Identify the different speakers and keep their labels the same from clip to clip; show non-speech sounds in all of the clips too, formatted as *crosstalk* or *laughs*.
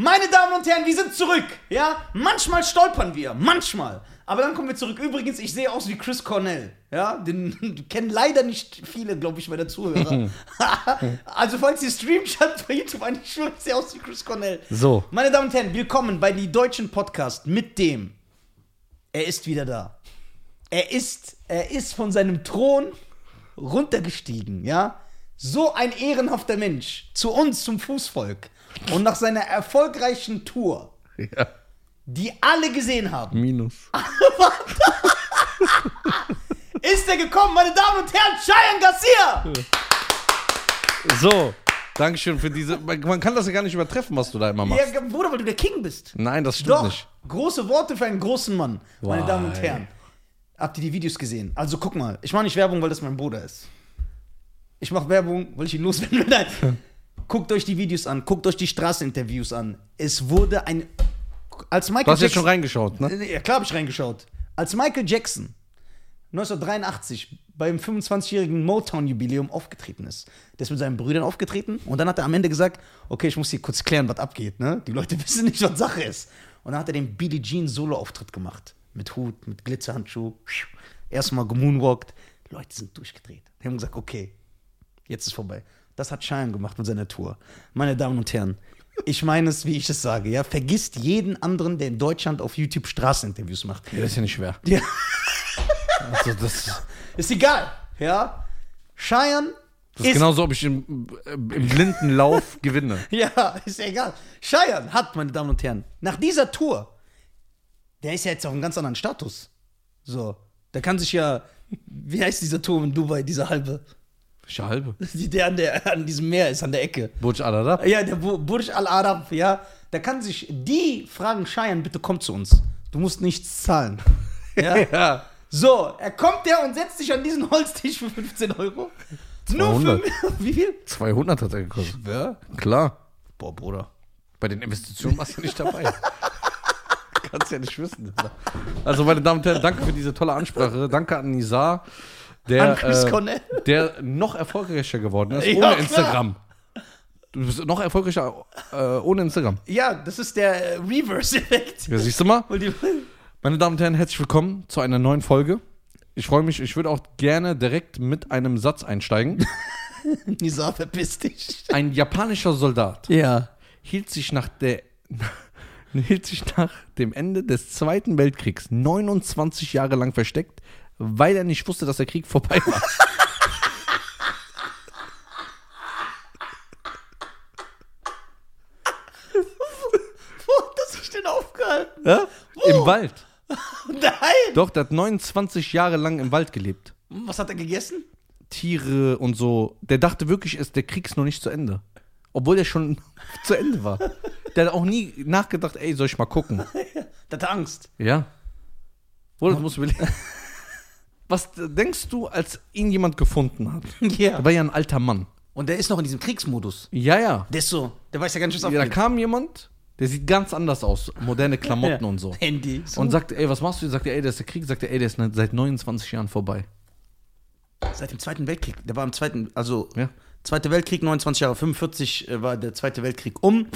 Speaker 1: Meine Damen und Herren, wir sind zurück. Ja, manchmal stolpern wir, manchmal. Aber dann kommen wir zurück. Übrigens, ich sehe aus wie Chris Cornell. Ja, den *laughs* kennen leider nicht viele, glaube ich, meiner Zuhörer. also, falls ihr streamt, *laughs* schaut bei YouTube an. Ich schwöre, ich sehe aus wie Chris Cornell.
Speaker 2: So.
Speaker 1: Meine Damen und Herren, willkommen bei die deutschen Podcast mit dem. Er ist wieder da. Er ist, er ist von seinem Thron runtergestiegen, ja? So ein ehrenhafter Mensch zu uns, zum Fußvolk. Und nach seiner erfolgreichen Tour,
Speaker 2: Ja.
Speaker 1: die alle gesehen haben,
Speaker 2: Minus.
Speaker 1: ist er gekommen, meine Damen und Herren, Cheyenne Garcia!
Speaker 2: *laughs* So. Dankeschön für diese. Man man kann das ja gar nicht übertreffen, was du da immer machst.
Speaker 1: Ja, Bruder, weil du der King bist.
Speaker 2: Nein, das stimmt
Speaker 1: Doch,
Speaker 2: nicht.
Speaker 1: große Worte für einen großen Mann, meine
Speaker 2: Why?
Speaker 1: Damen und Herren. Habt ihr die Videos gesehen? Also guck mal, ich mache nicht Werbung, weil das mein Bruder ist. Ich mache Werbung, weil ich ihn loswerden will.
Speaker 2: *laughs*
Speaker 1: Nein. Guckt euch die Videos an, guckt euch die Straßeninterviews an. Es wurde ein. Als Michael
Speaker 2: Du hast jetzt
Speaker 1: Jackson,
Speaker 2: schon reingeschaut, ne?
Speaker 1: Äh, Ja, klar habe ich reingeschaut. Als Michael Jackson 1983 beim 25-jährigen Motown-Jubiläum aufgetreten ist. Der ist mit seinen Brüdern aufgetreten und dann hat er am Ende gesagt, okay, ich muss hier kurz klären, was abgeht. Ne? Die Leute *laughs* wissen nicht, was Sache ist. Und dann hat er den Billie Jean Solo-Auftritt gemacht. Mit Hut, mit Glitzerhandschuh. Erstmal gemoonwalkt. Die Leute sind durchgedreht. Die haben gesagt, okay, jetzt ist vorbei. Das hat Cheyenne gemacht mit seiner Tour. Meine Damen und Herren, ich meine es, wie ich es sage, ja. Vergisst jeden anderen, der in Deutschland auf YouTube Straßeninterviews macht.
Speaker 2: Ja, das ist ja nicht schwer.
Speaker 1: Ja.
Speaker 2: *laughs* Also, das, das
Speaker 1: Ist egal, ja. Cheyenne
Speaker 2: ist genau-
Speaker 1: ist
Speaker 2: genauso, ob ich im, äh, im blinden Lauf gewinne.
Speaker 1: *laughs* Ja, ist ja egal. Scheiern hat, meine Damen und Herren, nach dieser Tour, der ist ja jetzt auf einem ganz anderen Status. So, da kann sich ja, wie heißt diese Tour in Dubai, diese halbe, *laughs*
Speaker 2: Welche halbe?
Speaker 1: die der an, der an diesem Meer ist, an der Ecke.
Speaker 2: Burj Al Arab?
Speaker 1: Ja, der Bu- Burj Al Arab, ja, da kann sich die fragen, Scheiern, bitte komm zu uns. Du musst nichts *laughs* zahlen. Ja.
Speaker 2: Ja.
Speaker 1: So, er kommt der und setzt sich an diesen Holztisch für 15 Euro. Nur für,
Speaker 2: 200.
Speaker 1: *laughs* wie viel?
Speaker 2: 200 hat er gekostet. Ja? Klar.
Speaker 1: Boah, Bruder.
Speaker 2: Bei den Investitionen warst du nicht dabei. *laughs* Kannst ja nicht wissen. Also, meine Damen und Herren, danke für diese tolle Ansprache. Danke an Nizar, der,
Speaker 1: An Chris
Speaker 2: äh,
Speaker 1: Cornell.
Speaker 2: der noch erfolgreicher geworden
Speaker 1: *laughs*
Speaker 2: ist,
Speaker 1: Ja,
Speaker 2: ohne
Speaker 1: klar.
Speaker 2: Instagram. Du bist noch erfolgreicher äh, ohne Instagram.
Speaker 1: Ja, das ist der äh, Reverse-Effekt.
Speaker 2: Ja, siehst du mal?
Speaker 1: Weil die- *laughs*
Speaker 2: Meine Damen und Herren, herzlich willkommen zu einer neuen Folge. Ich freue mich, ich würde auch gerne direkt mit einem
Speaker 1: *laughs*
Speaker 2: Satz einsteigen.
Speaker 1: Nisa, verpiss dich.
Speaker 2: Ein japanischer Soldat
Speaker 1: Ja.
Speaker 2: hielt sich nach der *laughs* hielt sich nach dem Ende des Zweiten Weltkriegs 29 Jahre lang versteckt, weil er nicht wusste, dass der Krieg vorbei
Speaker 1: *laughs*
Speaker 2: war.
Speaker 1: Wo hat er sich denn aufgehalten? *laughs*
Speaker 2: Ja? Im Wald.
Speaker 1: Nein!
Speaker 2: Doch, der hat 29 Jahre lang im Wald gelebt.
Speaker 1: Was hat er gegessen?
Speaker 2: Tiere und so. Der dachte wirklich, ist der Krieg ist noch nicht zu Ende. Obwohl der schon *laughs* zu Ende war. Der hat auch nie nachgedacht, ey, soll ich mal gucken.
Speaker 1: Der hatte Angst.
Speaker 2: Ja. Oder du musst überlegen. Was denkst du, als ihn jemand gefunden hat?
Speaker 1: Ja.
Speaker 2: Er war ja ein alter Mann.
Speaker 1: Und der ist noch in diesem Kriegsmodus.
Speaker 2: Ja, ja.
Speaker 1: Der ist so, der weiß ja ganz schön, was
Speaker 2: Ja, da
Speaker 1: abgeht.
Speaker 2: kam jemand, der sieht ganz anders aus. Moderne Klamotten
Speaker 1: Ja.
Speaker 2: und *laughs* so.
Speaker 1: Handy.
Speaker 2: Und sagt, ey, was machst du? Sagt er, ey, das ist der Krieg. Sagt er, ey, der ist seit 29 Jahren vorbei.
Speaker 1: Seit dem Zweiten Weltkrieg. Der war im Zweiten, also
Speaker 2: Ja.
Speaker 1: Zweiter Weltkrieg, 29 Jahre, 45 äh, war der Zweite Weltkrieg um.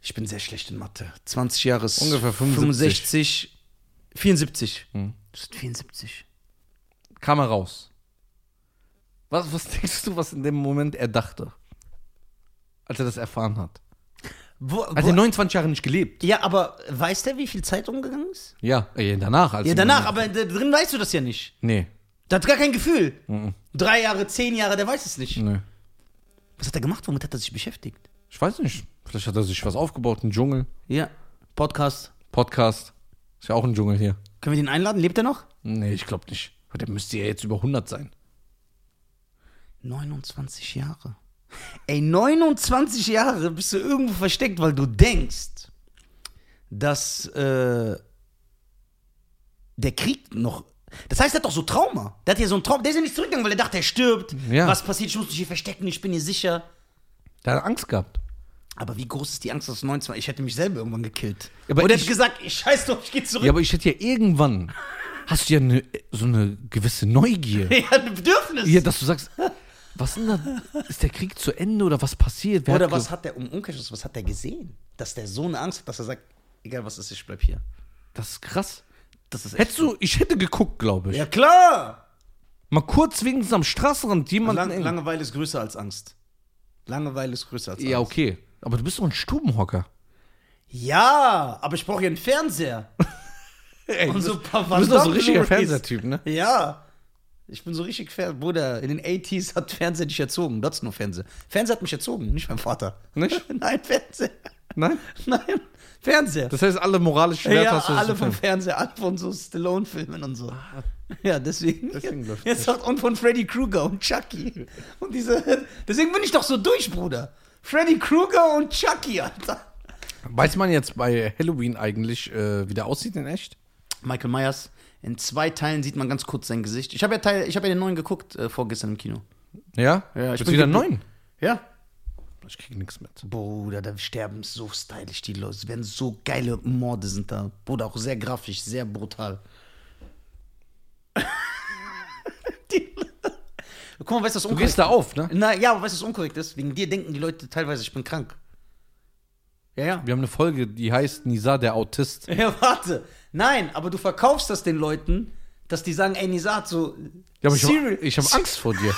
Speaker 1: Ich bin sehr schlecht in Mathe. 20 Jahre ist
Speaker 2: Ungefähr Hm. 75.
Speaker 1: 65, 74. Das sind 74.
Speaker 2: Kam er raus. Was, was denkst du, was in dem Moment er dachte? Als er das erfahren hat.
Speaker 1: Wo,
Speaker 2: Als er
Speaker 1: wo,
Speaker 2: 29 Jahre nicht gelebt.
Speaker 1: ja, aber weiß der, wie viel Zeit umgegangen ist?
Speaker 2: Ja, ey, danach. Als
Speaker 1: Ja,
Speaker 2: er-
Speaker 1: danach, aber da drin weißt du das ja nicht.
Speaker 2: Nee,
Speaker 1: Der hat gar kein Gefühl.
Speaker 2: Mhm.
Speaker 1: Drei Jahre, zehn Jahre, der weiß es nicht.
Speaker 2: nee.
Speaker 1: Was hat er gemacht? Womit hat er sich beschäftigt?
Speaker 2: Ich weiß nicht. Vielleicht hat er sich was aufgebaut, ein Dschungel.
Speaker 1: Ja. Podcast.
Speaker 2: Podcast. Ist ja auch ein Dschungel hier.
Speaker 1: Können wir den einladen? Lebt er noch?
Speaker 2: Nee, ich glaube nicht. Aber Der müsste ja jetzt über 100 sein.
Speaker 1: 29 Jahre. Ey, 29 Jahre bist du irgendwo versteckt, weil du denkst, dass äh, der Krieg noch. Das heißt, er hat doch so Trauma. Der hat ja so ein Trauma. Der ist ja nicht zurückgegangen, weil er dachte, er stirbt.
Speaker 2: Ja.
Speaker 1: Was passiert? Ich muss mich hier verstecken, ich bin hier sicher.
Speaker 2: Der hat Angst gehabt.
Speaker 1: Aber wie groß ist die Angst, dass 29? Ich hätte mich selber irgendwann gekillt.
Speaker 2: Ja, aber
Speaker 1: Oder ich
Speaker 2: ich-
Speaker 1: hätte gesagt, ich scheiß doch, ich geh zurück. *laughs*
Speaker 2: Ja, aber ich hätte ja irgendwann. Hast du ja ne- so eine gewisse Neugier. *laughs*
Speaker 1: Ja, ein Bedürfnis.
Speaker 2: Ja, dass du sagst, Was denn da? Ist der Krieg zu Ende oder was passiert? Wer
Speaker 1: Oder
Speaker 2: hat
Speaker 1: was
Speaker 2: ge-
Speaker 1: hat der, um Umkehrschluss, was hat der gesehen? Dass der so eine Angst hat, dass er sagt, egal was ist, ich bleib hier.
Speaker 2: Das ist krass.
Speaker 1: Das ist echt
Speaker 2: Hättest du, ich hätte geguckt, glaube ich.
Speaker 1: Ja, klar!
Speaker 2: Mal kurz wenigstens am Straßenrand jemanden.
Speaker 1: Lang,
Speaker 2: eng-
Speaker 1: Langeweile ist größer als Angst. Langeweile ist größer als Angst.
Speaker 2: ja, okay. Aber du bist doch ein Stubenhocker.
Speaker 1: Ja, aber ich brauche hier einen *laughs* Fernseher.
Speaker 2: Ey,
Speaker 1: Und so ein paar
Speaker 2: du bist doch so ein richtiger
Speaker 1: Blu-rays.
Speaker 2: Fernsehtyp, ne?
Speaker 1: Ja. Ich bin so richtig Fer Bruder, in den 80s hat Fernseher dich erzogen. Dort ist nur Fernseher. Fernseher hat mich erzogen, nicht mein Vater.
Speaker 2: Nicht?
Speaker 1: *laughs* Nein, Fernseher.
Speaker 2: Nein?
Speaker 1: Nein, Fernseher.
Speaker 2: Das heißt, alle moralischen Werte
Speaker 1: ja,
Speaker 2: hast du
Speaker 1: alle
Speaker 2: aus dem
Speaker 1: vom
Speaker 2: Film.
Speaker 1: Fernseher, alle von so Stallone-Filmen und so. Ja, Ah. deswegen.
Speaker 2: Deswegen läuft
Speaker 1: jetzt sagt, und von Freddy Krueger und Chucky. Und diese. Deswegen bin ich doch so durch, Bruder. Freddy Krueger und Chucky, Alter.
Speaker 2: Weiß man jetzt bei Halloween eigentlich, äh, wie der aussieht in echt?
Speaker 1: Michael Myers, in zwei Teilen sieht man ganz kurz sein Gesicht. Ich habe ja, Teil, ich hab ja den neuen geguckt, äh, vorgestern im Kino.
Speaker 2: Ja?
Speaker 1: Ja, ich
Speaker 2: Jetzt
Speaker 1: bin
Speaker 2: wieder
Speaker 1: gebl-
Speaker 2: neun.
Speaker 1: Ja,
Speaker 2: Ich krieg nichts mit.
Speaker 1: Bruder, da sterben so stylisch die Leute. Es werden so geile Morde sind da. Bruder, auch sehr grafisch, sehr brutal. *laughs* die, Guck mal, weißt du, was
Speaker 2: Du
Speaker 1: unkorrekt
Speaker 2: gehst da auf, ne?
Speaker 1: Na ja, aber weißt du, was unkorrekt ist? Wegen dir denken die Leute teilweise, ich bin krank. Ja, ja.
Speaker 2: Wir haben eine Folge, die heißt Nisa, der Autist.
Speaker 1: Ja, warte. Nein, aber du verkaufst das den Leuten, dass die sagen, ey, Nisa hat so.
Speaker 2: Ja, aber ich
Speaker 1: Serial-
Speaker 2: habe hab Angst vor dir.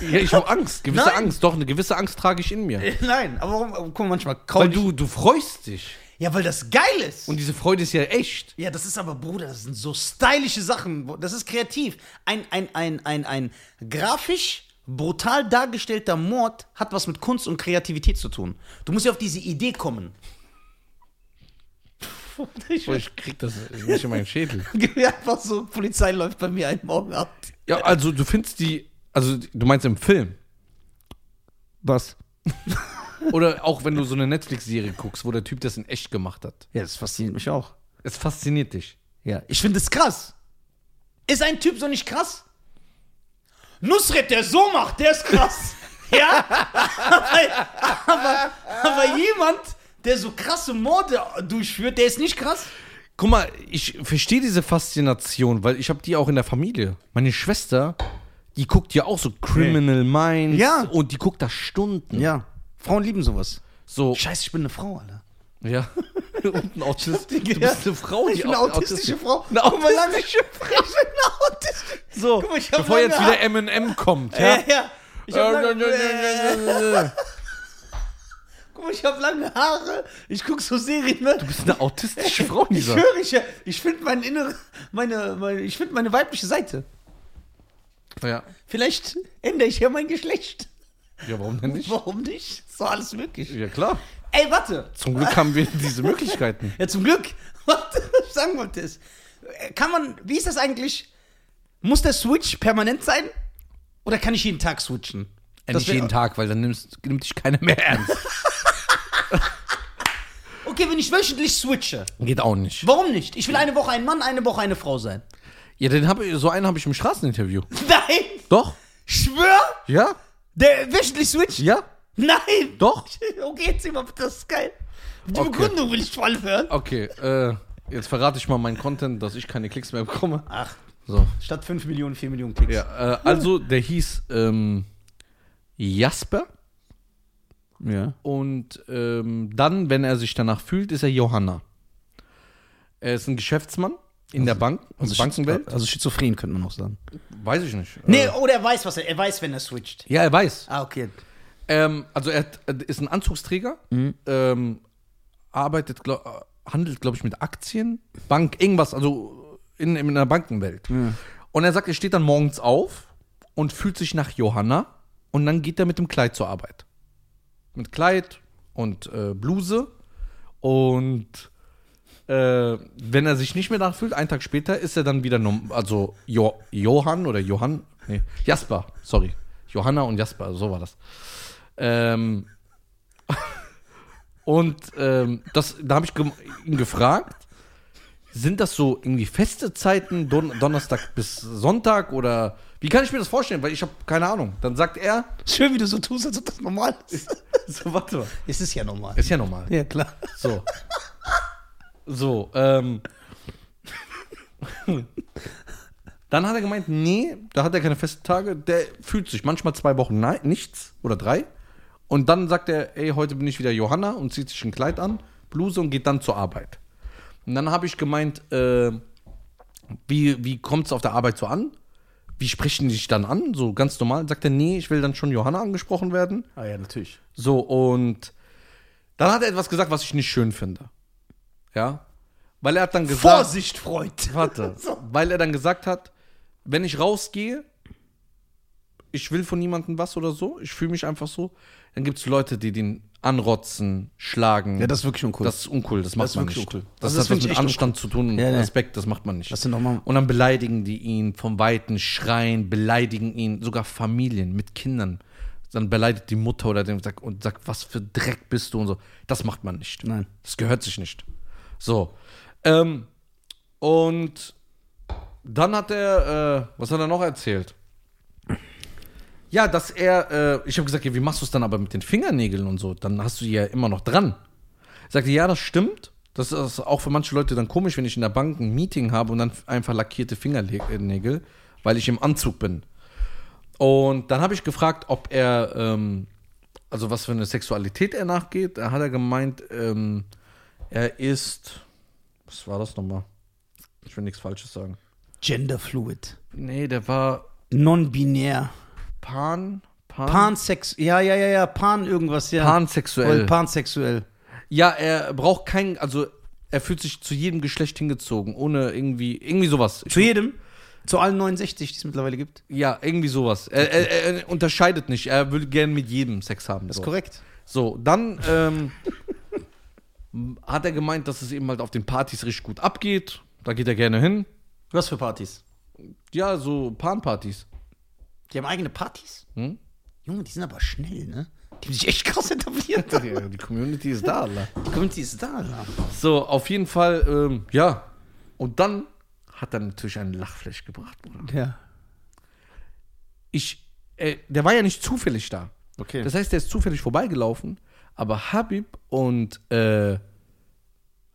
Speaker 2: ja, ich habe Angst. Gewisse
Speaker 1: Nein.
Speaker 2: Angst. Doch, eine gewisse Angst trage ich in mir.
Speaker 1: *laughs* Nein, aber warum? Guck mal, manchmal
Speaker 2: Weil
Speaker 1: kaum.
Speaker 2: du, du freust dich.
Speaker 1: Ja, weil das geil ist.
Speaker 2: Und diese Freude ist ja echt.
Speaker 1: Ja, das ist aber, Bruder, das sind so stylische Sachen. Das ist kreativ. Ein, ein, ein, ein, ein grafisch brutal dargestellter Mord hat was mit Kunst und Kreativität zu tun. Du musst ja auf diese Idee kommen. *laughs* Ich
Speaker 2: Boah, Ich krieg das nicht in meinen Schädel.
Speaker 1: einfach so, Polizei läuft bei mir einen Morgen ab.
Speaker 2: Ja, also du findest die, also du meinst im Film.
Speaker 1: Was?
Speaker 2: Oder auch wenn du so eine Netflix-Serie guckst, wo der Typ das in echt gemacht hat.
Speaker 1: Ja, das fasziniert mich auch.
Speaker 2: Es fasziniert dich.
Speaker 1: Ja. Ich finde es krass. Ist ein Typ so nicht krass? Nusret, der so macht, der ist krass. ja? aber, aber, aber jemand, der so krasse Morde durchführt, der ist nicht krass.
Speaker 2: Guck mal, ich verstehe diese Faszination, weil ich habe die auch in der Familie. Meine Schwester, die guckt ja auch so Criminal Minds
Speaker 1: Ja.
Speaker 2: und die guckt da Stunden.
Speaker 1: Ja. Frauen lieben sowas.
Speaker 2: So,
Speaker 1: Oh. Scheiße, ich bin eine Frau, Alter. *laughs*
Speaker 2: ja. *laughs* Und ein Autist. Du
Speaker 1: gehört.
Speaker 2: bist eine Frau,
Speaker 1: Ich
Speaker 2: die
Speaker 1: bin eine
Speaker 2: au-
Speaker 1: autistische
Speaker 2: autistisch-
Speaker 1: Frau.
Speaker 2: Eine
Speaker 1: Guck mal, lange-
Speaker 2: autistische
Speaker 1: Ich bin eine autistische
Speaker 2: So,
Speaker 1: Guck mal, ich hab
Speaker 2: bevor jetzt
Speaker 1: lange
Speaker 2: wieder M&M kommt,
Speaker 1: Ja,
Speaker 2: *laughs* ja.
Speaker 1: ja. Äh, Ich hab lange, guck mal, ich habe lange Haare. Ich guck so Serien, ne?
Speaker 2: Du bist *laughs* eine autistische Frau,
Speaker 1: Ich
Speaker 2: *laughs* Lisa.
Speaker 1: höre, ich, ja- ich finde meine innere, meine, meine, ich finde meine weibliche Seite.
Speaker 2: Ja.
Speaker 1: Vielleicht ändere ich ja mein Geschlecht.
Speaker 2: ja, warum denn
Speaker 1: *laughs*
Speaker 2: nicht?
Speaker 1: Warum nicht? So alles möglich.
Speaker 2: Ja, klar.
Speaker 1: Ey, warte.
Speaker 2: Zum Glück haben wir diese Möglichkeiten.
Speaker 1: Ja, zum Glück. *laughs* Warte, was ich sagen wollte ist. Kann man, wie ist das eigentlich? Muss der Switch permanent sein? Oder kann ich jeden Tag switchen? Das
Speaker 2: Äh, Nicht
Speaker 1: wär-
Speaker 2: jeden Tag, weil dann nimmst, nimmt dich keiner mehr ernst.
Speaker 1: Okay, wenn ich wöchentlich switche.
Speaker 2: *laughs* Geht auch nicht.
Speaker 1: Warum nicht? Ich will eine Woche ein Mann, eine Woche eine Frau sein. *laughs*
Speaker 2: Ja, den hab, ich- so einen habe ich im Straßeninterview.
Speaker 1: Nein!
Speaker 2: Doch?
Speaker 1: Schwör!
Speaker 2: Ja?
Speaker 1: Der wöchentlich switcht?
Speaker 2: Ja?
Speaker 1: Nein!
Speaker 2: Doch?
Speaker 1: *laughs* Okay, jetzt immer, das ist geil. Die
Speaker 2: Okay.
Speaker 1: Begründung will ich vor allem hören.
Speaker 2: Okay, äh, jetzt verrate ich mal meinen Content, dass ich keine Klicks mehr bekomme.
Speaker 1: Ach,
Speaker 2: So.
Speaker 1: statt 5 Millionen, 4 Millionen Klicks.
Speaker 2: Ja, äh, also der hieß ähm, Jasper
Speaker 1: ja.
Speaker 2: und ähm, dann, wenn er sich danach fühlt, ist er Johanna. Er ist ein Geschäftsmann in der Bank, in der Bankenwelt.
Speaker 1: Also schizophren könnte man noch sagen.
Speaker 2: Weiß ich nicht.
Speaker 1: Nee,
Speaker 2: Also, Äh,
Speaker 1: oder er weiß, was er, er weiß, wenn er switcht.
Speaker 2: ja, er weiß.
Speaker 1: Ah, okay.
Speaker 2: Ähm, also er hat, äh, ist ein Anzugsträger, ähm, arbeitet, glaub, äh, handelt, glaube ich, mit Aktien, Bank, irgendwas, also in, in einer Bankenwelt. Und er sagt, er steht dann morgens auf und fühlt sich nach Johanna und dann geht er mit dem Kleid zur Arbeit. Mit Kleid und äh, Bluse und äh, wenn er sich nicht mehr nachfühlt, einen Tag später ist er dann wieder, norm- also jo Johann oder Johann, nee, Jasper, sorry. Johanna und Jasper, so war das. Ähm, und ähm, das, da habe ich gem- ihn gefragt, sind das so irgendwie feste Zeiten, Don Donnerstag bis Sonntag oder wie kann ich mir das vorstellen? Weil ich habe keine Ahnung. Dann sagt er,
Speaker 1: Schön, wie du so tust, als ob das normal *laughs* ist.
Speaker 2: so warte mal,
Speaker 1: es ist ja normal.
Speaker 2: ist ja normal.
Speaker 1: Ja, klar.
Speaker 2: So. So, ähm. Dann hat er gemeint, nee, da hat er keine festen Tage. Der fühlt sich manchmal zwei Wochen nein, nichts oder drei. Und dann sagt er, ey, heute bin ich wieder Johanna und zieht sich ein Kleid an, Bluse und geht dann zur Arbeit. Und dann habe ich gemeint, äh, wie, wie kommt es auf der Arbeit so an? Wie sprechen die dich dann an? So ganz normal. Sagt er, nee, ich will dann schon Johanna angesprochen werden.
Speaker 1: Ah ja, natürlich.
Speaker 2: So, und dann hat er etwas gesagt, was ich nicht schön finde. Ja? Weil er hat dann gesagt.
Speaker 1: Vorsicht, Freund!
Speaker 2: Warte.
Speaker 1: *laughs* So.
Speaker 2: Weil er dann gesagt hat, wenn ich rausgehe, ich will von niemandem was oder so, ich fühle mich einfach so, dann gibt es Leute, die den anrotzen, schlagen.
Speaker 1: Ja, das ist wirklich uncool.
Speaker 2: Das ist uncool, das macht
Speaker 1: ist
Speaker 2: man
Speaker 1: wirklich
Speaker 2: nicht.
Speaker 1: uncool. Also das
Speaker 2: Das, hat was
Speaker 1: find ich
Speaker 2: mit
Speaker 1: echt
Speaker 2: Anstand zu tun und
Speaker 1: Ja, ja.
Speaker 2: Respekt, das macht man nicht.
Speaker 1: Das sind nochmal-
Speaker 2: und dann beleidigen die ihn vom Weiten, schreien, beleidigen ihn, sogar Familien mit Kindern. Dann beleidigt die Mutter oder den sagt, und sagt, was für Dreck bist du und so. Das macht man nicht.
Speaker 1: Nein.
Speaker 2: Das gehört sich nicht. So. Ähm, und dann hat er, äh, was hat er noch erzählt? Ja, dass er, äh, ich habe gesagt, ja, wie machst du es dann aber mit den Fingernägeln und so? Dann hast du die ja immer noch dran. Sagte, ja, das stimmt. Das ist auch für manche Leute dann komisch, wenn ich in der Bank ein Meeting habe und dann einfach lackierte Fingernägel, weil ich im Anzug bin. Und dann habe ich gefragt, ob er, ähm, also was für eine Sexualität er nachgeht. Da hat er gemeint, ähm, er ist, was war das nochmal? Ich will nichts Falsches sagen.
Speaker 1: Genderfluid.
Speaker 2: Nee, der war
Speaker 1: Non-binär.
Speaker 2: pan, pan,
Speaker 1: Pansex. Ja, ja, ja, ja. Pan irgendwas, ja.
Speaker 2: pansexuell.
Speaker 1: Voll Pansexuell.
Speaker 2: Ja, er braucht kein, also er fühlt sich zu jedem Geschlecht hingezogen, ohne irgendwie, irgendwie sowas.
Speaker 1: Zu jedem? Zu allen 69, die es mittlerweile gibt.
Speaker 2: Ja, irgendwie sowas. Er, er, er unterscheidet nicht. Er will gern mit jedem Sex haben.
Speaker 1: Das
Speaker 2: so.
Speaker 1: ist korrekt.
Speaker 2: So, dann ähm, hat er gemeint, dass es eben halt auf den Partys richtig gut abgeht. Da geht er gerne hin.
Speaker 1: Was für Partys?
Speaker 2: Ja, so Panpartys.
Speaker 1: Die haben eigene Partys?
Speaker 2: Hm?
Speaker 1: Junge, die sind aber schnell, ne? Die haben sich echt krass etabliert. *laughs* Die
Speaker 2: Die Community ist da, Alter.
Speaker 1: Community ist da, Alter.
Speaker 2: So, auf jeden Fall, ähm, ja. Und dann hat er natürlich einen Lachflash gebracht, Bruder.
Speaker 1: Ja.
Speaker 2: Ich, äh, der war ja nicht zufällig da.
Speaker 1: Okay.
Speaker 2: Das heißt, der ist zufällig vorbeigelaufen, aber Habib und äh,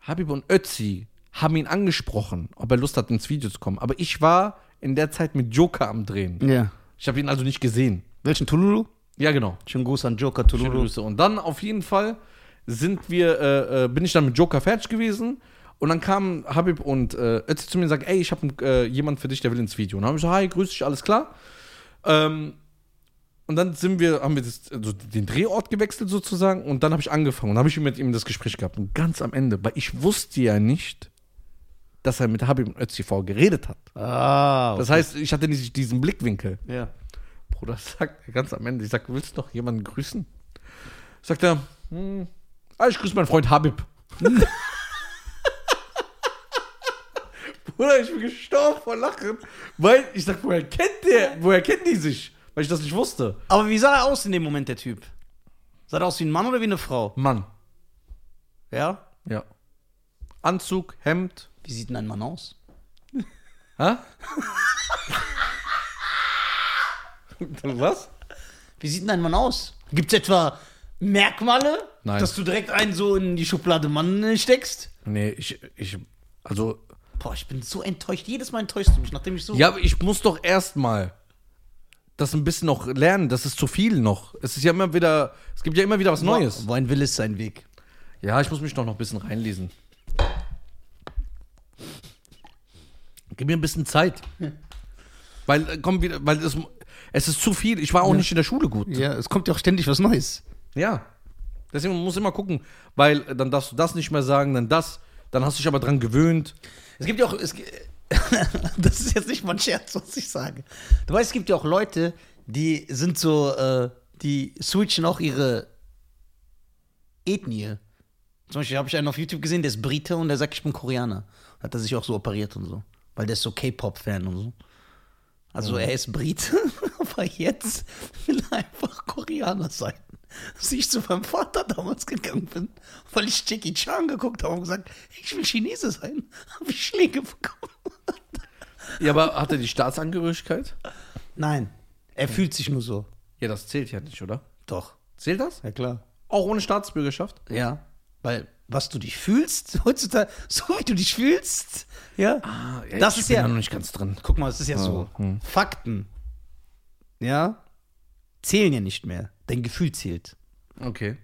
Speaker 2: Habib und Ötzi haben ihn angesprochen, ob er Lust hat, ins Video zu kommen. Aber ich war in der Zeit mit Joker am Drehen.
Speaker 1: ja.
Speaker 2: Ich habe ihn also nicht gesehen.
Speaker 1: Welchen Tululu?
Speaker 2: Ja, genau.
Speaker 1: Schönen Gruß an Joker
Speaker 2: Schöne
Speaker 1: Tululu.
Speaker 2: Grüße. Und dann auf jeden Fall sind wir, äh, äh, bin ich dann mit Joker fertig gewesen. Und dann kamen Habib und äh, Ötzi zu mir und sagten, ey, ich habe äh, jemand für dich, der will ins Video. Und dann habe ich gesagt, hi, grüß dich, alles klar. Ähm, und dann sind wir, haben wir das, also den Drehort gewechselt sozusagen und dann habe ich angefangen und habe ich mit ihm das Gespräch gehabt. Und ganz am Ende, weil ich wusste ja nicht, dass er mit Habib und Ötzi vorher geredet hat.
Speaker 1: Ah.
Speaker 2: Das heißt, ich hatte nicht diesen Blickwinkel.
Speaker 1: ja.
Speaker 2: Bruder sagt er ganz am Ende, ich sag, willst du noch jemanden grüßen? Sagt er, hm, ah, ich grüße meinen Freund Habib. *laughs* Bruder, ich bin gestorben vor Lachen, weil ich sag, woher kennt der, woher kennen die sich? Weil ich das nicht wusste.
Speaker 1: Aber wie sah er aus in dem Moment, der Typ? Sah er aus wie ein Mann oder wie eine Frau?
Speaker 2: Mann,
Speaker 1: Ja.
Speaker 2: ja. Anzug, Hemd,
Speaker 1: Wie sieht denn ein Mann aus?
Speaker 2: hä? *laughs* Was?
Speaker 1: Wie sieht denn ein Mann aus? Gibt es etwa Merkmale,
Speaker 2: Nein.
Speaker 1: dass du direkt einen so in die Schublade Mann äh, steckst?
Speaker 2: Nee, ich, ich, also,
Speaker 1: Boah, ich bin so enttäuscht. Jedes Mal enttäuschst du mich, nachdem ich so.
Speaker 2: Ja, aber ich muss doch erstmal das ein bisschen noch lernen. Das ist zu viel noch. Es ist ja immer wieder, es gibt ja immer wieder was Neues.
Speaker 1: Wo ein Will ist sein Weg.
Speaker 2: Ja, ich muss mich doch noch ein bisschen reinlesen. Gib mir ein bisschen Zeit. Weil, äh, komm wieder, weil es, es ist zu viel. Ich war auch nicht in der Schule gut.
Speaker 1: Ja, es kommt ja auch ständig was Neues.
Speaker 2: Ja. Deswegen man muss immer gucken, weil äh, dann darfst du das nicht mehr sagen, dann das, dann hast du dich aber dran gewöhnt.
Speaker 1: Es gibt ja auch. Es, ge- *laughs* das ist jetzt nicht mein Scherz, was ich sage. Du weißt, es gibt ja auch Leute, die sind so. Äh, die switchen auch ihre Ethnie. Zum Beispiel habe ich einen auf YouTube gesehen, der ist Brite und der sagt, ich bin Koreaner. Hat er sich auch so operiert und so. Weil der ist so K-Pop-Fan und so. Also er ist Brite, *laughs* aber jetzt will er einfach Koreaner sein. Als ich zu meinem Vater damals gegangen bin, weil ich Jackie Chan geguckt habe und gesagt, ich will Chinese sein, *laughs* habe ich Schläge bekommen.
Speaker 2: Ja, aber hat er die Staatsangehörigkeit?
Speaker 1: Nein, er fühlt sich nur so.
Speaker 2: Ja, das zählt ja nicht, oder?
Speaker 1: Hm. Doch,
Speaker 2: Zählt das?
Speaker 1: ja klar.
Speaker 2: Auch ohne Staatsbürgerschaft?
Speaker 1: Ja, weil was du dich fühlst *laughs* heutzutage, so wie du dich fühlst, ja, Ah, das
Speaker 2: Ah, ich
Speaker 1: ist
Speaker 2: bin
Speaker 1: ja,
Speaker 2: da noch nicht ganz drin.
Speaker 1: Ah, guck mal, es ist ja so, Fakten, ja, zählen ja nicht mehr, dein Gefühl zählt.
Speaker 2: Okay.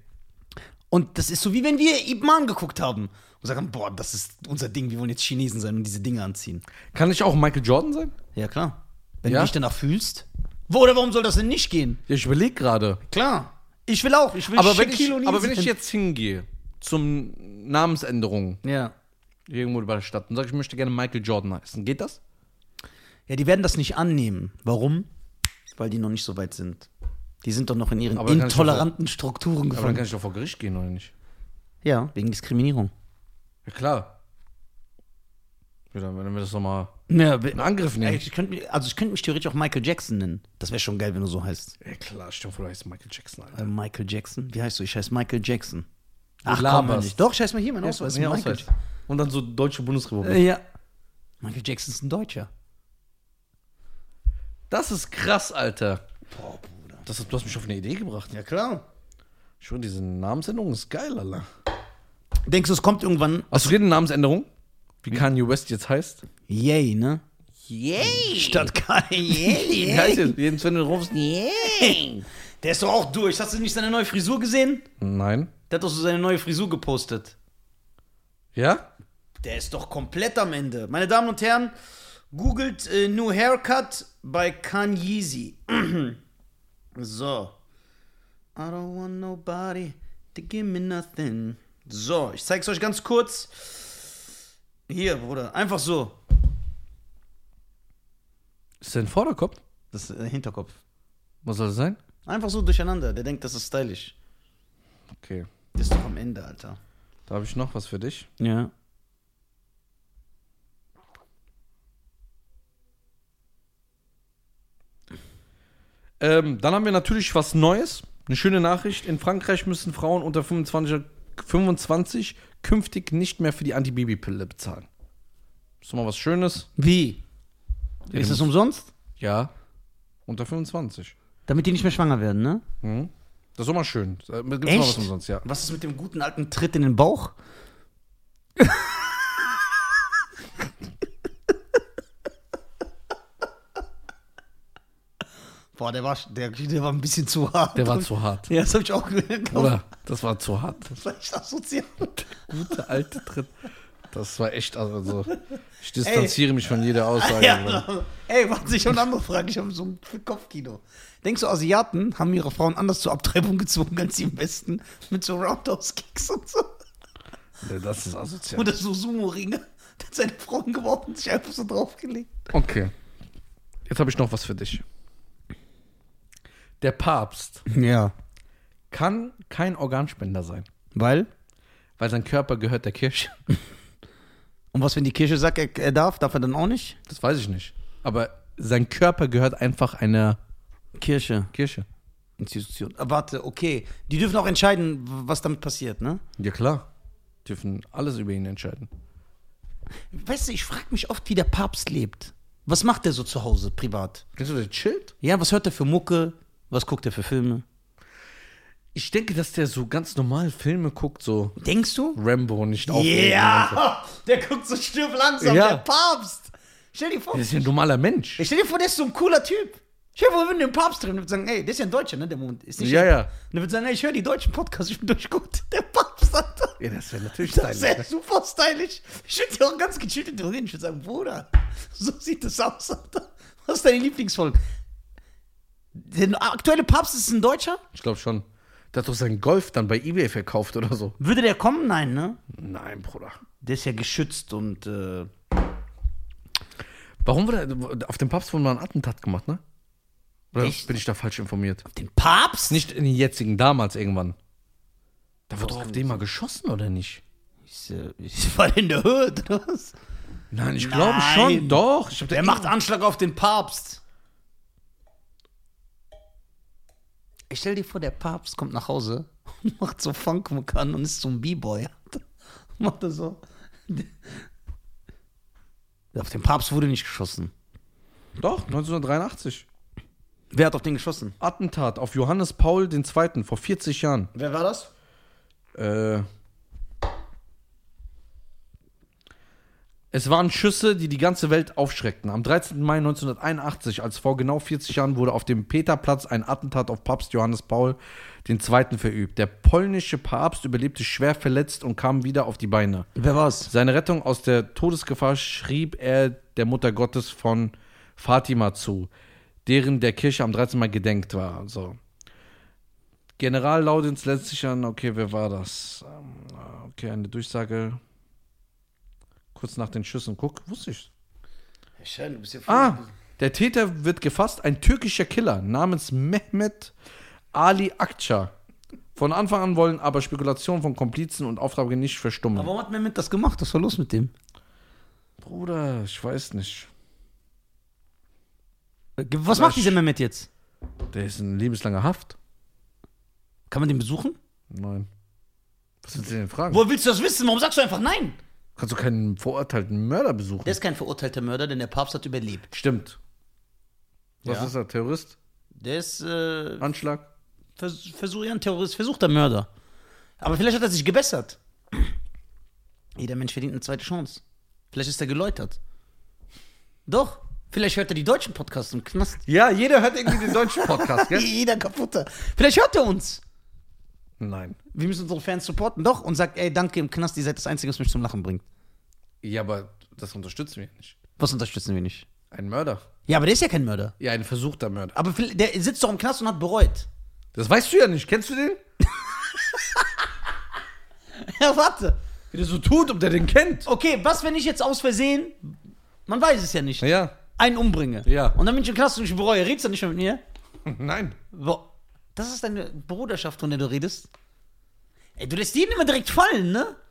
Speaker 1: Und das ist so, wie wenn wir Ip Man geguckt haben und sagen, boah, das ist unser Ding, wir wollen jetzt Chinesen sein und diese Dinge anziehen.
Speaker 2: Kann ich auch Michael Jordan sein?
Speaker 1: Ja, klar. Wenn
Speaker 2: Ja.
Speaker 1: du dich danach fühlst, wo oder warum soll das denn nicht gehen?
Speaker 2: Ja, ich überlege gerade.
Speaker 1: Klar. Ich will auch, ich will
Speaker 2: Aber, wenn ich,
Speaker 1: Shaquille O'Neal
Speaker 2: aber wenn ich
Speaker 1: sein.
Speaker 2: jetzt hingehe zum Namensänderung
Speaker 1: Ja.
Speaker 2: irgendwo bei der Stadt und sage, ich möchte gerne Michael Jordan heißen, geht das?
Speaker 1: Ja, die werden das nicht annehmen. Warum? Weil die noch nicht so weit sind. Die sind doch noch in ihren
Speaker 2: Aber dann kann ich
Speaker 1: intoleranten Strukturen
Speaker 2: Aber dann
Speaker 1: gefangen.
Speaker 2: kann ich doch vor Gericht gehen, oder nicht?
Speaker 1: Ja, wegen Diskriminierung.
Speaker 2: Ja, klar. Ja, dann werden wir das nochmal
Speaker 1: Ja,
Speaker 2: in Angriff nehmen.
Speaker 1: ich könnte mich, also ich könnte mich theoretisch auch Michael Jackson nennen. Das wäre schon geil, wenn du so heißt.
Speaker 2: Ja, klar, stimmt, vor, du heißt Michael Jackson, Alter.
Speaker 1: Äh, Michael Jackson? Wie heißt du? Ich heiße Michael Jackson. Ach, komm,
Speaker 2: laberst.
Speaker 1: hör nicht. Doch, ich heiße mal hier, mein Ausweis.
Speaker 2: Ja,
Speaker 1: Michael.
Speaker 2: Ausweis. Und dann so Deutsche Bundesrepublik.
Speaker 1: Äh, ja. Michael Jackson ist ein Deutscher.
Speaker 2: Das ist krass, Alter.
Speaker 1: Boah, Bruder.
Speaker 2: Das, hat- du hast mich auf eine Idee gebracht.
Speaker 1: Ja, klar.
Speaker 2: Schon diese Namensänderung ist geil, Alter.
Speaker 1: Denkst du, es kommt irgendwann?
Speaker 2: Hast du eine Namensänderung? Wie Kanye West jetzt heißt?
Speaker 1: Yay, ne?
Speaker 2: Yay!
Speaker 1: Statt Kanye.
Speaker 2: Wie heißt jetzt? Jeden Sven rufst Yay!
Speaker 1: Der ist doch auch durch. Hast du nicht seine neue Frisur gesehen?
Speaker 2: Nein.
Speaker 1: Der hat doch so seine neue Frisur gepostet.
Speaker 2: Ja?
Speaker 1: Der ist doch komplett am Ende. Meine Damen und Herren, googelt äh, New Haircut bei Kanyeezy. *clears throat* so. I don't want nobody to give me nothing. So, ich zeig's euch ganz kurz. Hier, Bruder, einfach so.
Speaker 2: Ist der ein Vorderkopf?
Speaker 1: Das ist der Hinterkopf.
Speaker 2: Was soll das sein?
Speaker 1: Einfach so durcheinander. Der denkt, das ist stylisch.
Speaker 2: Okay.
Speaker 1: Der ist doch am Ende, Alter.
Speaker 2: Da habe ich noch was für dich.
Speaker 1: Ja.
Speaker 2: Ähm, dann haben wir natürlich was Neues. Eine schöne Nachricht. In Frankreich müssen Frauen unter 25, 25 künftig nicht mehr für die Antibabypille bezahlen. Ist doch mal was Schönes.
Speaker 1: Wie? Ist das umsonst?
Speaker 2: Ja. Unter 25.
Speaker 1: Damit die nicht mehr schwanger werden, ne?
Speaker 2: Mhm. Das ist doch mal schön. Da gibt's mal was
Speaker 1: Echt?
Speaker 2: umsonst, ja.
Speaker 1: Was ist mit dem guten alten Tritt in den Bauch? *laughs* Boah, der war, der, der war ein bisschen zu hart.
Speaker 2: Der war zu hart.
Speaker 1: ja, das habe ich auch gehört.
Speaker 2: Oder? Das war zu hart.
Speaker 1: Vielleicht assoziiert.
Speaker 2: Gute alte Tritt. Das war echt, also. Ich distanziere mich von jeder Aussage.
Speaker 1: Ja, ey, warte, ich habe eine andere Frage. Ich habe so ein Kopfkino. Denkst du, Asiaten haben ihre Frauen anders zur Abtreibung gezwungen als die im Westen? Mit so Roundhouse-Kicks und so?
Speaker 2: Das ist asozial.
Speaker 1: Oder so Sumo-Ringe? Der hat seine Frauen geworfen und sich einfach so draufgelegt.
Speaker 2: Okay. Jetzt habe ich noch was für dich. Der Papst
Speaker 1: Ja.
Speaker 2: kann kein Organspender sein,
Speaker 1: Weil?
Speaker 2: weil sein Körper gehört der Kirche.
Speaker 1: Und was, wenn die Kirche sagt, er, er darf, darf er dann auch nicht?
Speaker 2: Das weiß ich nicht. Aber sein Körper gehört einfach einer
Speaker 1: Kirche,
Speaker 2: Kirche.
Speaker 1: Institution. Ah, warte, okay. Die dürfen auch entscheiden, w- was damit passiert, ne?
Speaker 2: Ja, klar. Dürfen alles über ihn entscheiden.
Speaker 1: Weißt du, ich frage mich oft, wie der Papst lebt. Was macht der so zu Hause, privat?
Speaker 2: Kennst du, der chillt?
Speaker 1: Ja, was hört er für Mucke? Was guckt er für Filme?
Speaker 2: Ich denke, dass der so ganz normal Filme guckt, so
Speaker 1: Denkst du?
Speaker 2: Rambo nicht auf.
Speaker 1: Ja! Der guckt so stirb langsam,
Speaker 2: Ja.
Speaker 1: der Papst! Stell dir vor,
Speaker 2: Der ist ja ein normaler Mensch.
Speaker 1: Ich stell dir vor, der ist so ein cooler Typ. Ich höre, wir würden den Papst treffen und würden sagen, ey, der ist ja ein Deutscher, ne, der Mond. Ist nicht
Speaker 2: Ja, ja.
Speaker 1: Und dann würde sagen, ey, ich höre die deutschen Podcasts, ich bin durch gut. Der Papst hat das.
Speaker 2: Ja, das wäre natürlich
Speaker 1: Das wäre super stylisch. Ich würde dir auch ganz gechillt darüber reden. Ich würde sagen, Bruder, so sieht das aus, Alter. Was ist deine Lieblingsfolge? Der aktuelle Papst ist ein Deutscher?
Speaker 2: Ich glaube schon. Der hat doch seinen Golf dann bei Ebay verkauft oder so.
Speaker 1: Würde der kommen? Nein, ne?
Speaker 2: Nein, Bruder.
Speaker 1: Der ist ja geschützt und äh,
Speaker 2: Warum wurde auf dem Papst wurde mal ein Attentat gemacht, ne? Oder
Speaker 1: Echt?
Speaker 2: bin ich da falsch informiert?
Speaker 1: den Papst?
Speaker 2: Nicht in den jetzigen, damals irgendwann. Da wurde doch auf den mal geschossen, oder nicht?
Speaker 1: Ich, äh, ich war in der Höhe, oder was?
Speaker 2: Nein, ich glaube
Speaker 1: Nein.
Speaker 2: schon, doch. Ich hab da
Speaker 1: Der macht Anschlag auf den Papst. Ich stell dir vor, der Papst kommt nach Hause und *laughs* macht so Funkmuck an und ist so ein B-Boy. *laughs* Macht er so. Auf den Papst wurde nicht geschossen.
Speaker 2: Doch, 1983.
Speaker 1: Wer hat auf den geschossen?
Speaker 2: Attentat auf Johannes Paul II. vor 40 Jahren.
Speaker 1: Wer war das?
Speaker 2: Äh, Es waren Schüsse, die die ganze Welt aufschreckten. Am 13. Mai 1981, als vor genau 40 Jahren, wurde auf dem Peterplatz ein Attentat auf Papst Johannes Paul II. verübt. Der polnische Papst überlebte schwer verletzt und kam wieder auf die Beine.
Speaker 1: Wer war's?
Speaker 2: Seine Rettung aus der Todesgefahr schrieb er der Mutter Gottes von Fatima zu, deren der Kirche am 13. Mai gedenkt war. So. General Laudens lässt sich an, okay, wer war das? Ähm, Okay, eine Durchsage kurz nach den Schüssen. Guck, wusste ich.
Speaker 1: Schön, du bist ja
Speaker 2: Ah, der Täter wird gefasst, ein türkischer Killer namens Mehmet Ali Akça. Von Anfang an wollen aber Spekulationen von Komplizen und Auftraggebern nicht verstummen.
Speaker 1: Warum hat Mehmet das gemacht? Was war los mit dem?
Speaker 2: Bruder, ich weiß nicht.
Speaker 1: Was macht dieser Mehmet jetzt?
Speaker 2: Der ist in lebenslanger Haft.
Speaker 1: Kann man den besuchen?
Speaker 2: Nein. Was willst du denn fragen?
Speaker 1: Woher willst du das wissen? Warum sagst du einfach nein?
Speaker 2: Kannst du keinen verurteilten Mörder besuchen?
Speaker 1: Der ist kein verurteilter Mörder, denn der Papst hat überlebt.
Speaker 2: Stimmt. Was
Speaker 1: Ja.
Speaker 2: ist er? Terrorist?
Speaker 1: Der ist äh,
Speaker 2: Anschlag?
Speaker 1: vers versuch, ja, ein Terrorist, versuchter Mörder. Aber vielleicht hat er sich gebessert. Jeder Mensch verdient eine zweite Chance. Vielleicht ist er geläutert. Doch. Vielleicht hört er die deutschen Podcasts im Knast.
Speaker 2: Ja, jeder hört irgendwie den deutschen *laughs* Podcast, gell?
Speaker 1: Jeder kaputter. Vielleicht hört er uns.
Speaker 2: Nein.
Speaker 1: Wir müssen unsere Fans supporten. Doch. Und sagt, ey, danke im Knast, ihr seid das Einzige, was mich zum Lachen bringt.
Speaker 2: Ja, aber das unterstützen wir nicht.
Speaker 1: Was unterstützen wir nicht?
Speaker 2: Ein Mörder.
Speaker 1: Ja, aber der ist ja kein Mörder.
Speaker 2: Ja, ein versuchter Mörder.
Speaker 1: Aber viel- der sitzt doch im Knast und hat bereut. *laughs*
Speaker 2: Das weißt du ja nicht. Kennst du den?
Speaker 1: Ja, warte.
Speaker 2: Wie der so tut, ob der den kennt.
Speaker 1: Okay, was, wenn ich jetzt aus Versehen, man weiß es ja nicht,
Speaker 2: Ja.
Speaker 1: einen umbringe?
Speaker 2: Ja.
Speaker 1: Und dann bin ich im Knast und ich bereue. Redst du nicht mehr mit mir?
Speaker 2: Nein.
Speaker 1: Wo- Das ist deine Bruderschaft, von der du redest? Ey, du lässt jeden immer direkt fallen, ne? *laughs*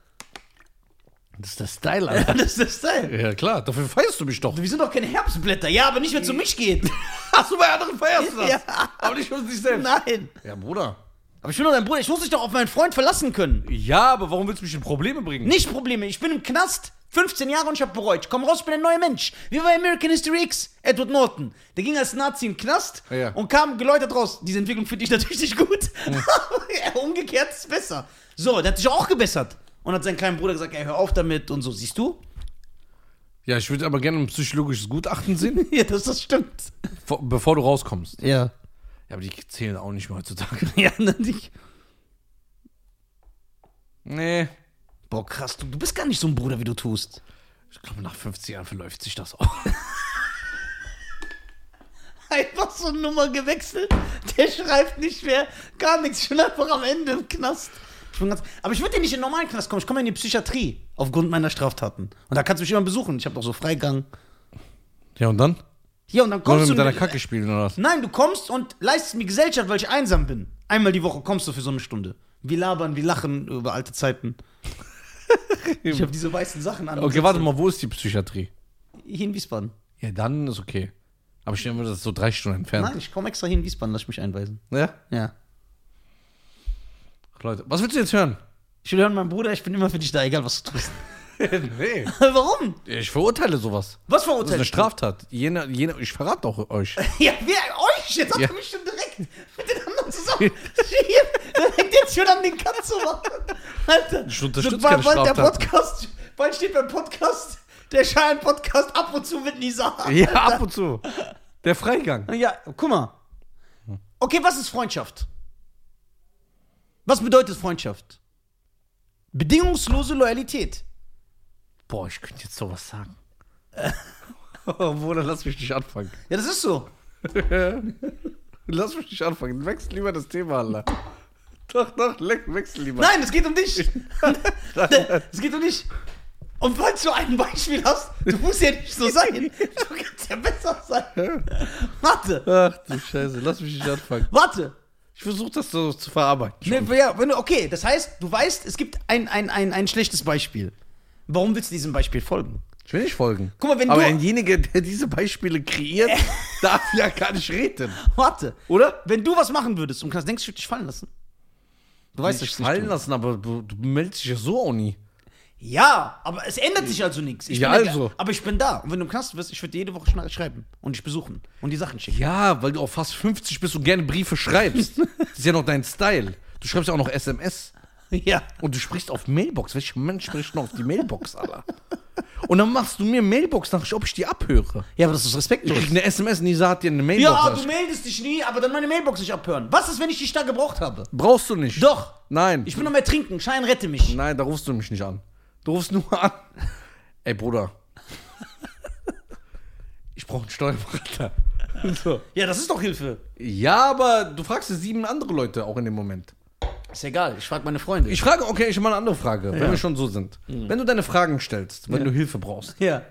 Speaker 2: Das ist der Style,
Speaker 1: Ja,
Speaker 2: Alter.
Speaker 1: das ist der Style.
Speaker 2: Ja, klar. Dafür feierst du mich doch.
Speaker 1: Wir sind doch keine Herbstblätter. Ja, aber nicht, wenn es um mich geht.
Speaker 2: *laughs*
Speaker 1: *laughs*
Speaker 2: Hast du bei anderen feierst du das.
Speaker 1: Ja.
Speaker 2: Aber nicht um dich selbst.
Speaker 1: Nein.
Speaker 2: Ja, Bruder.
Speaker 1: Aber ich bin doch dein Bruder. Ich muss mich doch auf meinen Freund verlassen können.
Speaker 2: Ja, aber warum willst du mich in Probleme bringen?
Speaker 1: Nicht Probleme. Ich bin im Knast. 15 Jahre und ich hab bereut. Ich komm raus, ich bin ein neuer Mensch. Wie bei American History X, Edward Norton. Der ging als Nazi in den Knast
Speaker 2: Ja.
Speaker 1: und kam geläutert raus. Diese Entwicklung finde ich natürlich nicht gut. *laughs* Aber Umgekehrt ist besser. So, der hat sich auch gebessert. Und hat seinen kleinen Bruder gesagt, ey, hör auf damit und so. Siehst du?
Speaker 2: Ja, ich würde aber gerne ein psychologisches Gutachten sehen,
Speaker 1: *laughs*
Speaker 2: *laughs*
Speaker 1: Ja, das, das stimmt.
Speaker 2: vor- bevor du rauskommst.
Speaker 1: Ja.
Speaker 2: Ja, aber die zählen auch nicht mehr heutzutage.
Speaker 1: *laughs* Ja, ne, nicht.
Speaker 2: Nee.
Speaker 1: Boah, krass, du, du bist gar nicht so ein Bruder, wie du tust. *laughs*
Speaker 2: Ich glaube, nach 50 Jahren verläuft sich das auch.
Speaker 1: Einfach so eine Nummer gewechselt. Der schreibt nicht mehr, gar nichts. Ich bin einfach am Ende im Knast. Ich bin ganz, aber ich würde ja nicht in den normalen Knast kommen. Ich komme in die Psychiatrie aufgrund meiner Straftaten. Und da kannst du mich immer besuchen. Ich habe doch so Freigang.
Speaker 2: *laughs* Ja, und dann?
Speaker 1: Ja, und dann
Speaker 2: Wollen wir
Speaker 1: kommst
Speaker 2: mit
Speaker 1: du.
Speaker 2: deiner Kacke spielen oder was?
Speaker 1: Nein, du kommst und leistest mir Gesellschaft, weil ich einsam bin. Einmal die Woche kommst du für so eine Stunde. Wir labern, wir lachen über alte Zeiten. *laughs* ich habe diese weißen Sachen an.
Speaker 2: Okay, warte mal, wo ist die Psychiatrie?
Speaker 1: Hier in Wiesbaden.
Speaker 2: Ja, dann ist okay. Aber stellen wir das so drei Stunden entfernt.
Speaker 1: Nein, ich komme extra hier in Wiesbaden, lass mich einweisen.
Speaker 2: Ja?
Speaker 1: Ja.
Speaker 2: Leute, was willst du jetzt hören?
Speaker 1: Ich will hören, mein Bruder, ich bin immer für dich da, egal was du tust.
Speaker 2: *laughs*
Speaker 1: *laughs*
Speaker 2: nee. Äh,
Speaker 1: Warum?
Speaker 2: Ich verurteile sowas.
Speaker 1: Was
Speaker 2: Das ist eine
Speaker 1: verurteilst du?
Speaker 2: Straftat. Jener, jener, ich verrate auch *laughs* euch.
Speaker 1: Ja, wer? Euch? Jetzt habt
Speaker 2: Ja.
Speaker 1: ihr mich schon direkt mit den anderen zusammen. *laughs* Hier, da fängt jetzt schon an, den Cut zu machen. Alter.
Speaker 2: Ich unterstütze
Speaker 1: sobald-
Speaker 2: keine
Speaker 1: bald der
Speaker 2: Straftaten.
Speaker 1: Podcast, bald steht beim Podcast, der Schein-Podcast ab und zu mit Nisa.
Speaker 2: Ja, ab und zu. Der Freigang.
Speaker 1: Ja, guck mal. Okay, was ist Freundschaft? Was bedeutet Freundschaft? Bedingungslose Loyalität.
Speaker 2: Boah, ich könnte jetzt sowas *laughs* sagen. Bruder, lass mich nicht anfangen.
Speaker 1: Ja, das ist so.
Speaker 2: Lass mich nicht anfangen. Wechsel lieber das Thema, Alter. *laughs* Doch, doch, le- wechsel lieber.
Speaker 1: Nein, es geht um dich. es geht um dich. Und falls du ein Beispiel hast, du musst ja nicht so sein. Du kannst ja besser sein. Warte,
Speaker 2: Ach du Scheiße, lass mich nicht anfangen.
Speaker 1: warte.
Speaker 2: Ich versuche das so zu verarbeiten.
Speaker 1: Ne, ja, wenn du, okay, das heißt, du weißt, es gibt ein, ein, ein, ein schlechtes Beispiel. Warum willst du diesem Beispiel folgen?
Speaker 2: Ich will nicht folgen.
Speaker 1: Guck mal, wenn
Speaker 2: Aber
Speaker 1: du-
Speaker 2: derjenige, der diese Beispiele *laughs* kreiert, darf ja gar nicht reden.
Speaker 1: Warte.
Speaker 2: Oder?
Speaker 1: Wenn du was machen würdest und kannst, denkst du, ich würd dich fallen lassen? Du weißt, dass
Speaker 2: Nicht
Speaker 1: ich es nicht
Speaker 2: fallen
Speaker 1: tue.
Speaker 2: lassen, aber du, du meldest dich ja so auch nie.
Speaker 1: Ja, aber es ändert sich also nichts. Ich
Speaker 2: Ja,
Speaker 1: bin
Speaker 2: also.
Speaker 1: Aber ich bin da. Und wenn du im Knast wirst, ich würde jede Woche schna- schreiben und dich besuchen und die Sachen schicken.
Speaker 2: Ja, weil du auch fast 50 bist und gerne Briefe *laughs* schreibst. das ist ja noch dein Style. Du schreibst ja auch noch SMS.
Speaker 1: Ja.
Speaker 2: *laughs* Und du sprichst auf Mailbox. Welcher Mensch spricht noch auf die Mailbox, Alter? Und dann machst du mir Mailbox-Nachricht, ob ich die abhöre.
Speaker 1: Ja, aber das ist
Speaker 2: Ich
Speaker 1: respektlos.
Speaker 2: krieg eine SMS, Nisa hat dir eine Mailbox.
Speaker 1: Ja, du meldest dich nie, aber dann meine Mailbox nicht abhören. Was ist, wenn ich dich da gebraucht habe?
Speaker 2: Brauchst du nicht.
Speaker 1: Doch.
Speaker 2: Nein.
Speaker 1: Ich bin am Ertrinken. Schein, rette mich.
Speaker 2: Nein, da rufst du mich nicht an. Du rufst nur
Speaker 1: *laughs*
Speaker 2: an. Ey, Bruder. Ich brauche einen Steuerberater. So.
Speaker 1: Ja, das ist doch Hilfe.
Speaker 2: Ja, aber du fragst ja sieben andere Leute auch in dem Moment.
Speaker 1: Ist egal. Ich frage meine Freunde.
Speaker 2: Ich frage, okay, ich habe mal eine andere Frage, wenn wir schon so sind.
Speaker 1: Mhm.
Speaker 2: Wenn du deine Fragen stellst, wenn du Hilfe brauchst,
Speaker 1: ja.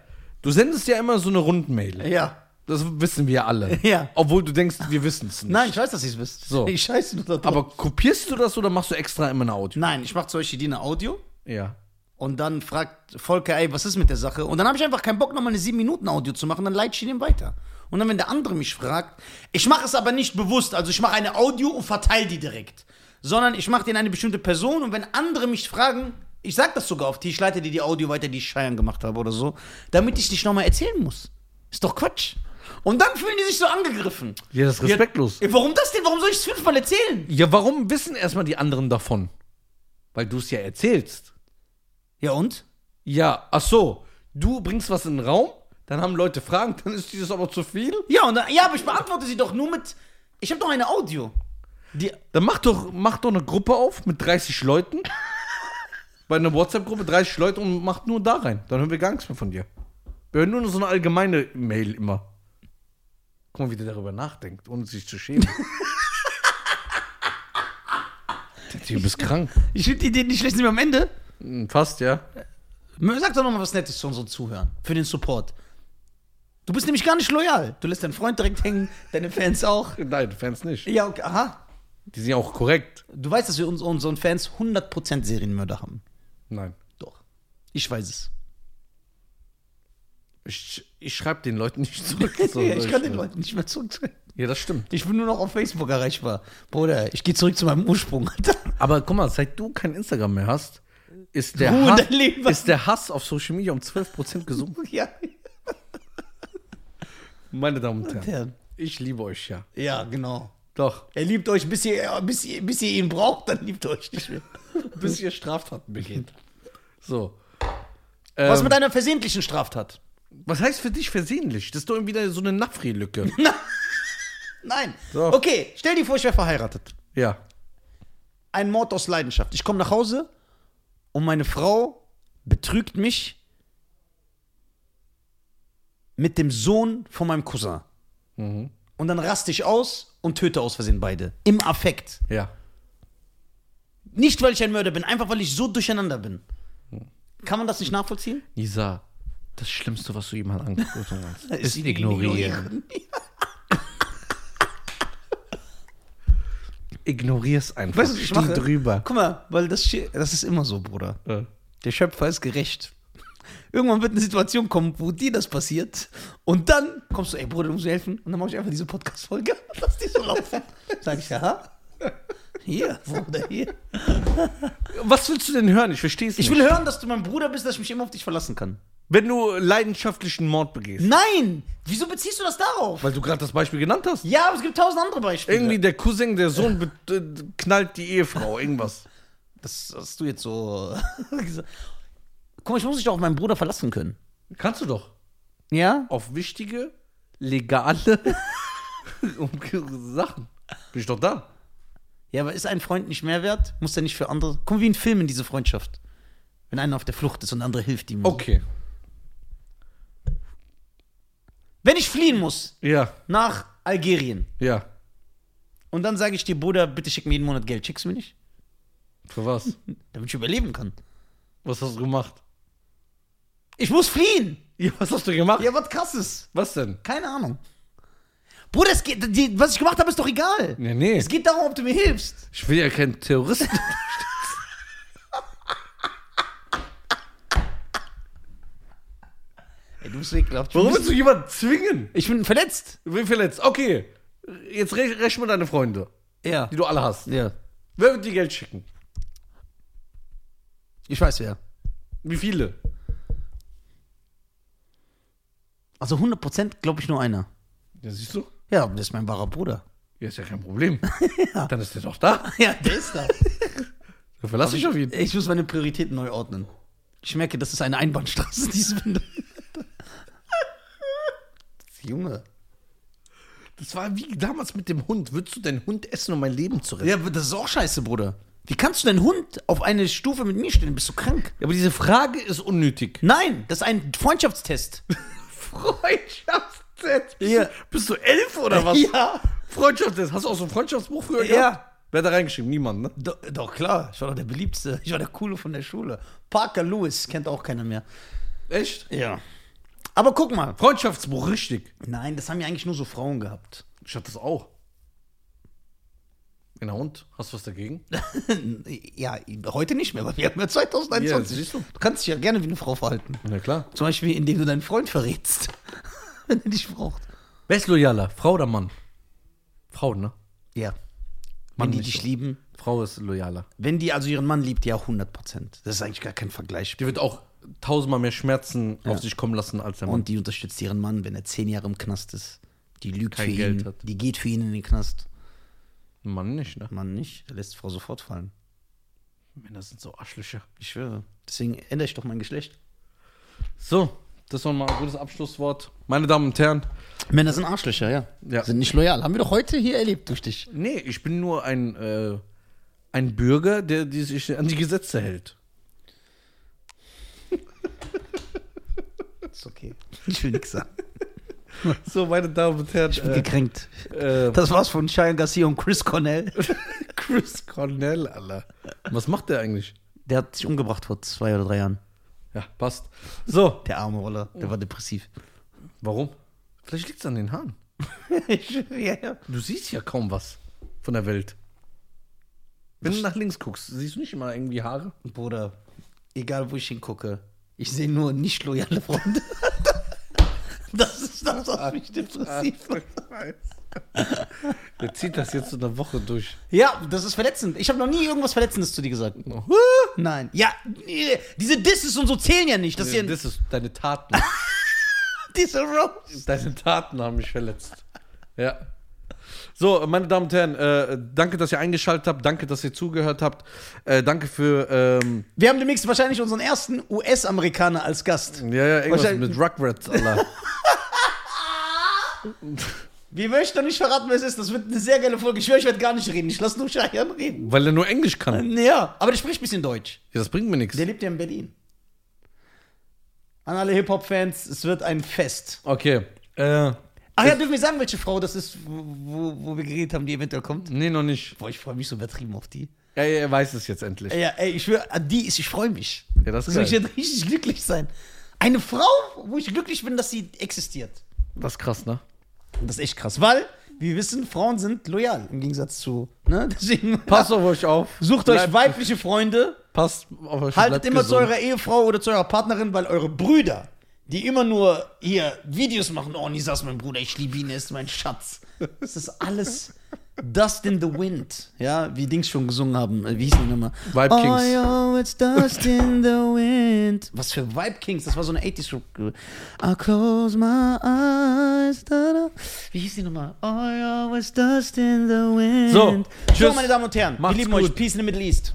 Speaker 2: du sendest ja immer so eine Rundmail.
Speaker 1: Ja.
Speaker 2: Das wissen wir alle.
Speaker 1: Ja.
Speaker 2: Obwohl du denkst, wir wissen es nicht.
Speaker 1: Nein, ich weiß, dass ich es bist.
Speaker 2: So.
Speaker 1: Ich scheiße nur da drauf.
Speaker 2: Aber kopierst du das oder machst du extra immer ein Audio?
Speaker 1: Nein, ich mache zum Beispiel die eine Audio
Speaker 2: Ja.
Speaker 1: und dann fragt Volker, ey, was ist mit der Sache? Und dann habe ich einfach keinen Bock, nochmal eine 7-Minuten-Audio zu machen, dann leite ich den weiter. Und dann, wenn der andere mich fragt, ich mache es aber nicht bewusst, also ich mache eine Audio und verteile die direkt, sondern ich mache den eine bestimmte Person und wenn andere mich fragen, ich sag das sogar auf die, ich leite dir die Audio weiter, die ich Scheiern gemacht habe oder so, damit ich nicht nochmal erzählen muss. Ist doch Quatsch. Und dann fühlen die sich so angegriffen.
Speaker 2: Ja, das ist respektlos.
Speaker 1: Ja, warum das denn? Warum soll ich es fünfmal erzählen?
Speaker 2: Ja, warum wissen erstmal die anderen davon? Weil du es ja erzählst.
Speaker 1: Ja und?
Speaker 2: Ja, ach so, du bringst was in den Raum, dann haben Leute Fragen, *laughs* dann ist dieses aber zu viel.
Speaker 1: Ja, und dann, ja, aber ich beantworte sie doch nur mit. Ich habe doch eine Audio. Die,
Speaker 2: Dann mach doch, mach doch eine Gruppe auf mit 30 *laughs* Leuten. Bei einer WhatsApp-Gruppe 30 Leute und macht nur da rein. Dann hören wir gar nichts mehr von dir. Wir hören nur so eine allgemeine Mail immer. Guck mal, wie der darüber nachdenkt, ohne sich zu *laughs* schämen. der Typ ist krank.
Speaker 1: ich finde die Idee nicht schlecht, sind wir am Ende.
Speaker 2: Hm, Fast, ja.
Speaker 1: Sag doch nochmal was Nettes zu unseren Zuhörern, für den Support. Du bist nämlich gar nicht loyal. Du lässt deinen Freund direkt hängen, deine Fans auch.
Speaker 2: Nein, Fans nicht.
Speaker 1: Ja, okay, aha.
Speaker 2: Die sind ja auch korrekt.
Speaker 1: Du weißt, dass wir uns, unseren Fans 100% Serienmörder haben.
Speaker 2: Nein.
Speaker 1: Doch. Ich weiß es.
Speaker 2: Ich, ich schreibe den
Speaker 1: *laughs*
Speaker 2: Leuten nicht zurück.
Speaker 1: ja, ich kann den Leuten nicht mehr zurücktreten.
Speaker 2: Ja, das stimmt.
Speaker 1: Ich bin nur noch auf Facebook erreichbar. Bruder, ich gehe zurück zu meinem Ursprung, *laughs* Alter.
Speaker 2: Aber guck mal, seit du kein Instagram mehr hast, ist der,
Speaker 1: Ruhe in
Speaker 2: Hass,
Speaker 1: dein Leben.
Speaker 2: ist der Hass auf Social Media um 12% gesunken.
Speaker 1: Ja.
Speaker 2: Meine Damen und Herren, ich liebe euch ja.
Speaker 1: Ja, genau.
Speaker 2: Doch.
Speaker 1: Er liebt euch, bis ihr, bis, ihr, bis ihr ihn braucht, dann liebt er euch nicht mehr.
Speaker 2: Bis ihr Straftaten begeht. So.
Speaker 1: Was
Speaker 2: Ähm,
Speaker 1: mit einer versehentlichen Straftat?
Speaker 2: was heißt für dich versehentlich? Das ist doch wieder so eine Nachfriehlücke.
Speaker 1: *laughs* Nein.
Speaker 2: So.
Speaker 1: Okay, stell dir vor, ich wäre verheiratet.
Speaker 2: ja.
Speaker 1: Ein Mord aus Leidenschaft. Ich komme nach Hause und meine Frau betrügt mich mit dem Sohn von meinem Cousin.
Speaker 2: Mhm.
Speaker 1: Und dann raste ich aus und töte aus Versehen beide. Im Affekt.
Speaker 2: Ja.
Speaker 1: Nicht, weil ich ein Mörder bin, einfach weil ich so durcheinander bin. Kann man das nicht nachvollziehen?
Speaker 2: Nisa, das Schlimmste, was du jemand angeboten
Speaker 1: *laughs*
Speaker 2: hast, ist
Speaker 1: ihn
Speaker 2: ignorieren. Ignorier es einfach.
Speaker 1: Weißt du, was ich
Speaker 2: Steh
Speaker 1: mache? Äh.
Speaker 2: drüber.
Speaker 1: Guck mal, weil das, Schi- das ist immer so, Bruder.
Speaker 2: Ja.
Speaker 1: Der Schöpfer ist gerecht. Irgendwann wird eine Situation kommen, wo dir das passiert. Und dann kommst du, ey Bruder, du musst mir helfen. Und dann mache ich einfach diese Podcast-Folge. *laughs* Lass die so laufen. Sag ich, aha. Hier, Bruder, hier.
Speaker 2: Was willst du denn hören? Ich verstehe es nicht.
Speaker 1: Ich will hören, dass du mein Bruder bist, dass ich mich immer auf dich verlassen kann.
Speaker 2: Wenn du leidenschaftlichen Mord begehst.
Speaker 1: Nein! Wieso beziehst du das darauf?
Speaker 2: Weil du gerade das Beispiel genannt hast.
Speaker 1: Ja, aber es gibt tausend andere Beispiele.
Speaker 2: Irgendwie der Cousin, der Sohn be- äh, knallt die Ehefrau, irgendwas.
Speaker 1: Das hast du jetzt so *laughs* gesagt. Guck mal, ich muss mich doch auf meinen Bruder verlassen können.
Speaker 2: Kannst du doch.
Speaker 1: Ja?
Speaker 2: Auf wichtige, legale *laughs* Sachen. Bin ich doch da.
Speaker 1: Ja, aber ist ein Freund nicht mehr wert? Muss er nicht für andere. Komm, wie in Filmen, diese Freundschaft. Wenn einer auf der Flucht ist und der andere hilft ihm.
Speaker 2: Okay.
Speaker 1: Wenn ich fliehen muss
Speaker 2: Ja,
Speaker 1: nach Algerien
Speaker 2: ja.
Speaker 1: und dann sage ich dir, Bruder, bitte schick mir jeden Monat Geld. Schickst du mir nicht?
Speaker 2: Für was?
Speaker 1: Damit ich überleben kann.
Speaker 2: Was hast du gemacht?
Speaker 1: Ich muss fliehen!
Speaker 2: Ja, was hast du gemacht?
Speaker 1: Ja, was krasses.
Speaker 2: Was denn?
Speaker 1: Keine Ahnung. Bruder, es geht, die, was ich gemacht habe, ist doch egal.
Speaker 2: Nee, nee.
Speaker 1: Es geht darum, ob du mir hilfst.
Speaker 2: Ich will ja kein Terroristen.
Speaker 1: Ey, du bist ekelhaft.
Speaker 2: *laughs* Warum
Speaker 1: Du bist-
Speaker 2: willst du jemanden zwingen?
Speaker 1: Ich bin verletzt.
Speaker 2: Wie verletzt? Okay. Jetzt rech- rechne mal deine Freunde,
Speaker 1: Ja.
Speaker 2: die du alle hast.
Speaker 1: Ja.
Speaker 2: Wer wird dir Geld schicken?
Speaker 1: Ich weiß wer.
Speaker 2: Wie viele?
Speaker 1: Also 100% glaube ich nur einer.
Speaker 2: Ja, siehst du?
Speaker 1: Ja, das ist mein wahrer Bruder. *laughs*
Speaker 2: Ja, ist ja kein *laughs* Problem. Dann ist der doch da.
Speaker 1: Ja, der ist da.
Speaker 2: Dann verlasse ich auf ihn.
Speaker 1: Ich muss meine Prioritäten neu ordnen. Ich merke, das ist eine Einbahnstraße, die es findet. Junge.
Speaker 2: Das war wie damals mit dem Hund. Würdest du deinen Hund essen, um mein Leben zu retten?
Speaker 1: Ja, aber das ist auch scheiße, Bruder. Wie kannst du deinen Hund auf eine Stufe mit mir stellen? Bist du krank?
Speaker 2: Ja, aber diese Frage ist unnötig.
Speaker 1: Nein, das ist ein Freundschaftstest.
Speaker 2: Freundschaftstest?
Speaker 1: Ja.
Speaker 2: Bist du elf oder was?
Speaker 1: *laughs* Ja.
Speaker 2: Freundschaftstest. Hast du auch so ein Freundschaftsbuch früher
Speaker 1: Ja.
Speaker 2: gehabt? Wer hat da reingeschrieben? Niemand, ne?
Speaker 1: Doch, doch, klar. Ich war doch der Beliebteste. Ich war der Coole von der Schule. Parker Lewis kennt auch keiner mehr.
Speaker 2: Echt?
Speaker 1: Ja. Aber guck mal.
Speaker 2: Freundschaftsbuch, richtig.
Speaker 1: Nein, das haben ja eigentlich nur so Frauen gehabt.
Speaker 2: Ich hatte das auch. Genau, und? Hast du was dagegen?
Speaker 1: ja, heute nicht mehr, weil wir haben ja 2021.
Speaker 2: Ja, siehst du.
Speaker 1: du kannst dich ja gerne wie eine Frau verhalten.
Speaker 2: *laughs* Na klar.
Speaker 1: Zum Beispiel, indem du deinen Freund verrätst, *laughs* wenn er dich braucht.
Speaker 2: Wer ist loyaler? Frau oder Mann? Frau, ne?
Speaker 1: Ja.
Speaker 2: Mann
Speaker 1: wenn die
Speaker 2: nicht
Speaker 1: dich
Speaker 2: so.
Speaker 1: lieben,
Speaker 2: Frau ist loyaler.
Speaker 1: wenn die also ihren Mann liebt, ja 100 Prozent. Das ist eigentlich gar kein Vergleich.
Speaker 2: Die wird auch tausendmal mehr Schmerzen auf sich kommen lassen als der Mann.
Speaker 1: Und die unterstützt ihren Mann, wenn er zehn Jahre im Knast ist. Die lügt
Speaker 2: Kein
Speaker 1: für
Speaker 2: Geld
Speaker 1: ihn,
Speaker 2: hat.
Speaker 1: die geht für ihn in den Knast.
Speaker 2: Mann nicht, ne?
Speaker 1: Mann nicht, der lässt Frau sofort fallen.
Speaker 2: Männer sind so Arschlöcher.
Speaker 1: Ich schwöre. Deswegen ändere ich doch mein Geschlecht.
Speaker 2: So, das war mal ein gutes Abschlusswort. Meine Damen und Herren.
Speaker 1: Männer sind Arschlöcher, ja.
Speaker 2: Ja.
Speaker 1: Sind nicht loyal. Haben wir doch heute hier erlebt durch dich.
Speaker 2: Nee, ich bin nur ein, äh, ein Bürger, der die sich an die Gesetze hält.
Speaker 1: Ist okay. Ich will nichts sagen.
Speaker 2: So, meine Damen und Herren.
Speaker 1: Ich bin gekränkt.
Speaker 2: äh, äh,
Speaker 1: Das war's von Cheyenne Garcia und Chris Cornell.
Speaker 2: Chris Cornell, Alter. Was macht der eigentlich?
Speaker 1: *laughs* Der hat sich umgebracht vor zwei oder drei Jahren.
Speaker 2: Ja, passt. So,
Speaker 1: Der arme Roller, der war depressiv.
Speaker 2: warum? Vielleicht liegt es an den Haaren.
Speaker 1: ja, ja.
Speaker 2: Du siehst ja kaum was von der Welt. Wenn du nach links guckst, siehst du nicht immer irgendwie Haare?
Speaker 1: Bruder, egal wo ich hingucke, ich sehe nur nicht loyale Freunde. *laughs* das ist das, was mich depressiv macht.
Speaker 2: Ah. *laughs* Der zieht das jetzt so eine Woche durch.
Speaker 1: Ja, das ist verletzend. Ich habe noch nie irgendwas Verletzendes zu dir gesagt. Nein. Ja, nee, diese Disses und so zählen ja nicht. Das ist ja ein
Speaker 2: Das ist deine Taten.
Speaker 1: Disse Rose.
Speaker 2: Deine Taten haben mich verletzt. Ja. So, meine Damen und Herren, äh, danke, dass ihr eingeschaltet habt. Danke, dass ihr zugehört habt. Äh, danke für. Ähm,
Speaker 1: Wir haben demnächst wahrscheinlich unseren ersten US-Amerikaner als Gast.
Speaker 2: ja, ja, irgendwas
Speaker 1: Wahrscheinlich-
Speaker 2: mit Rugrats, Allah.
Speaker 1: Wir möchten noch nicht verraten, wer es ist. Das wird eine sehr geile Folge. Ich schwöre, ich werde gar nicht reden. Ich lasse nur Cheyenne reden.
Speaker 2: Weil er nur Englisch kann.
Speaker 1: Ja, aber der spricht ein bisschen Deutsch.
Speaker 2: Ja, das bringt mir nichts.
Speaker 1: Der lebt ja in Berlin. An alle Hip-Hop-Fans, es wird ein Fest.
Speaker 2: Okay. Äh,
Speaker 1: Ach ja, dürfen wir sagen, welche Frau das ist, wo, wo, wo wir geredet haben, die eventuell kommt?
Speaker 2: nee, noch nicht.
Speaker 1: Boah, ich freue mich so übertrieben auf die.
Speaker 2: Ja, ja, er weiß es jetzt endlich.
Speaker 1: Ey, Ja, ey, ich schwöre, an die ist, ich freue mich.
Speaker 2: Ja, das ist
Speaker 1: Also ich
Speaker 2: geil.
Speaker 1: werde richtig glücklich sein. Eine Frau, wo ich glücklich bin, dass sie existiert.
Speaker 2: Das ist krass, ne?
Speaker 1: Und das ist echt krass, weil wir wissen, Frauen sind loyal im Gegensatz zu. Ne? *laughs* Deswegen
Speaker 2: Passt auf euch auf.
Speaker 1: sucht euch
Speaker 2: Bleibt-
Speaker 1: weibliche Freunde,
Speaker 2: Passt auf euch
Speaker 1: haltet
Speaker 2: bleibt
Speaker 1: immer zu
Speaker 2: gesund.
Speaker 1: eurer Ehefrau oder zu eurer Partnerin, weil eure Brüder, die immer nur hier Videos machen, oh, nie saß mein Bruder, ich liebe ihn, er ist mein Schatz. Das ist alles Dust in the Wind. Ja, wie Dings schon gesungen haben. äh, Wie hieß die nochmal?
Speaker 2: Vibe Kings.
Speaker 1: Oh, yo, it's Dust in the Wind. Was für Vibe Kings, das war so eine 80s Group. I close my eyes. Da, da. Wie hieß die nochmal? Oh, yo, it's Dust in the Wind.
Speaker 2: So,
Speaker 1: Ciao,
Speaker 2: tschüss.
Speaker 1: meine Damen und Herren.
Speaker 2: Macht's
Speaker 1: wir lieben
Speaker 2: gut.
Speaker 1: euch. Peace in the Middle East.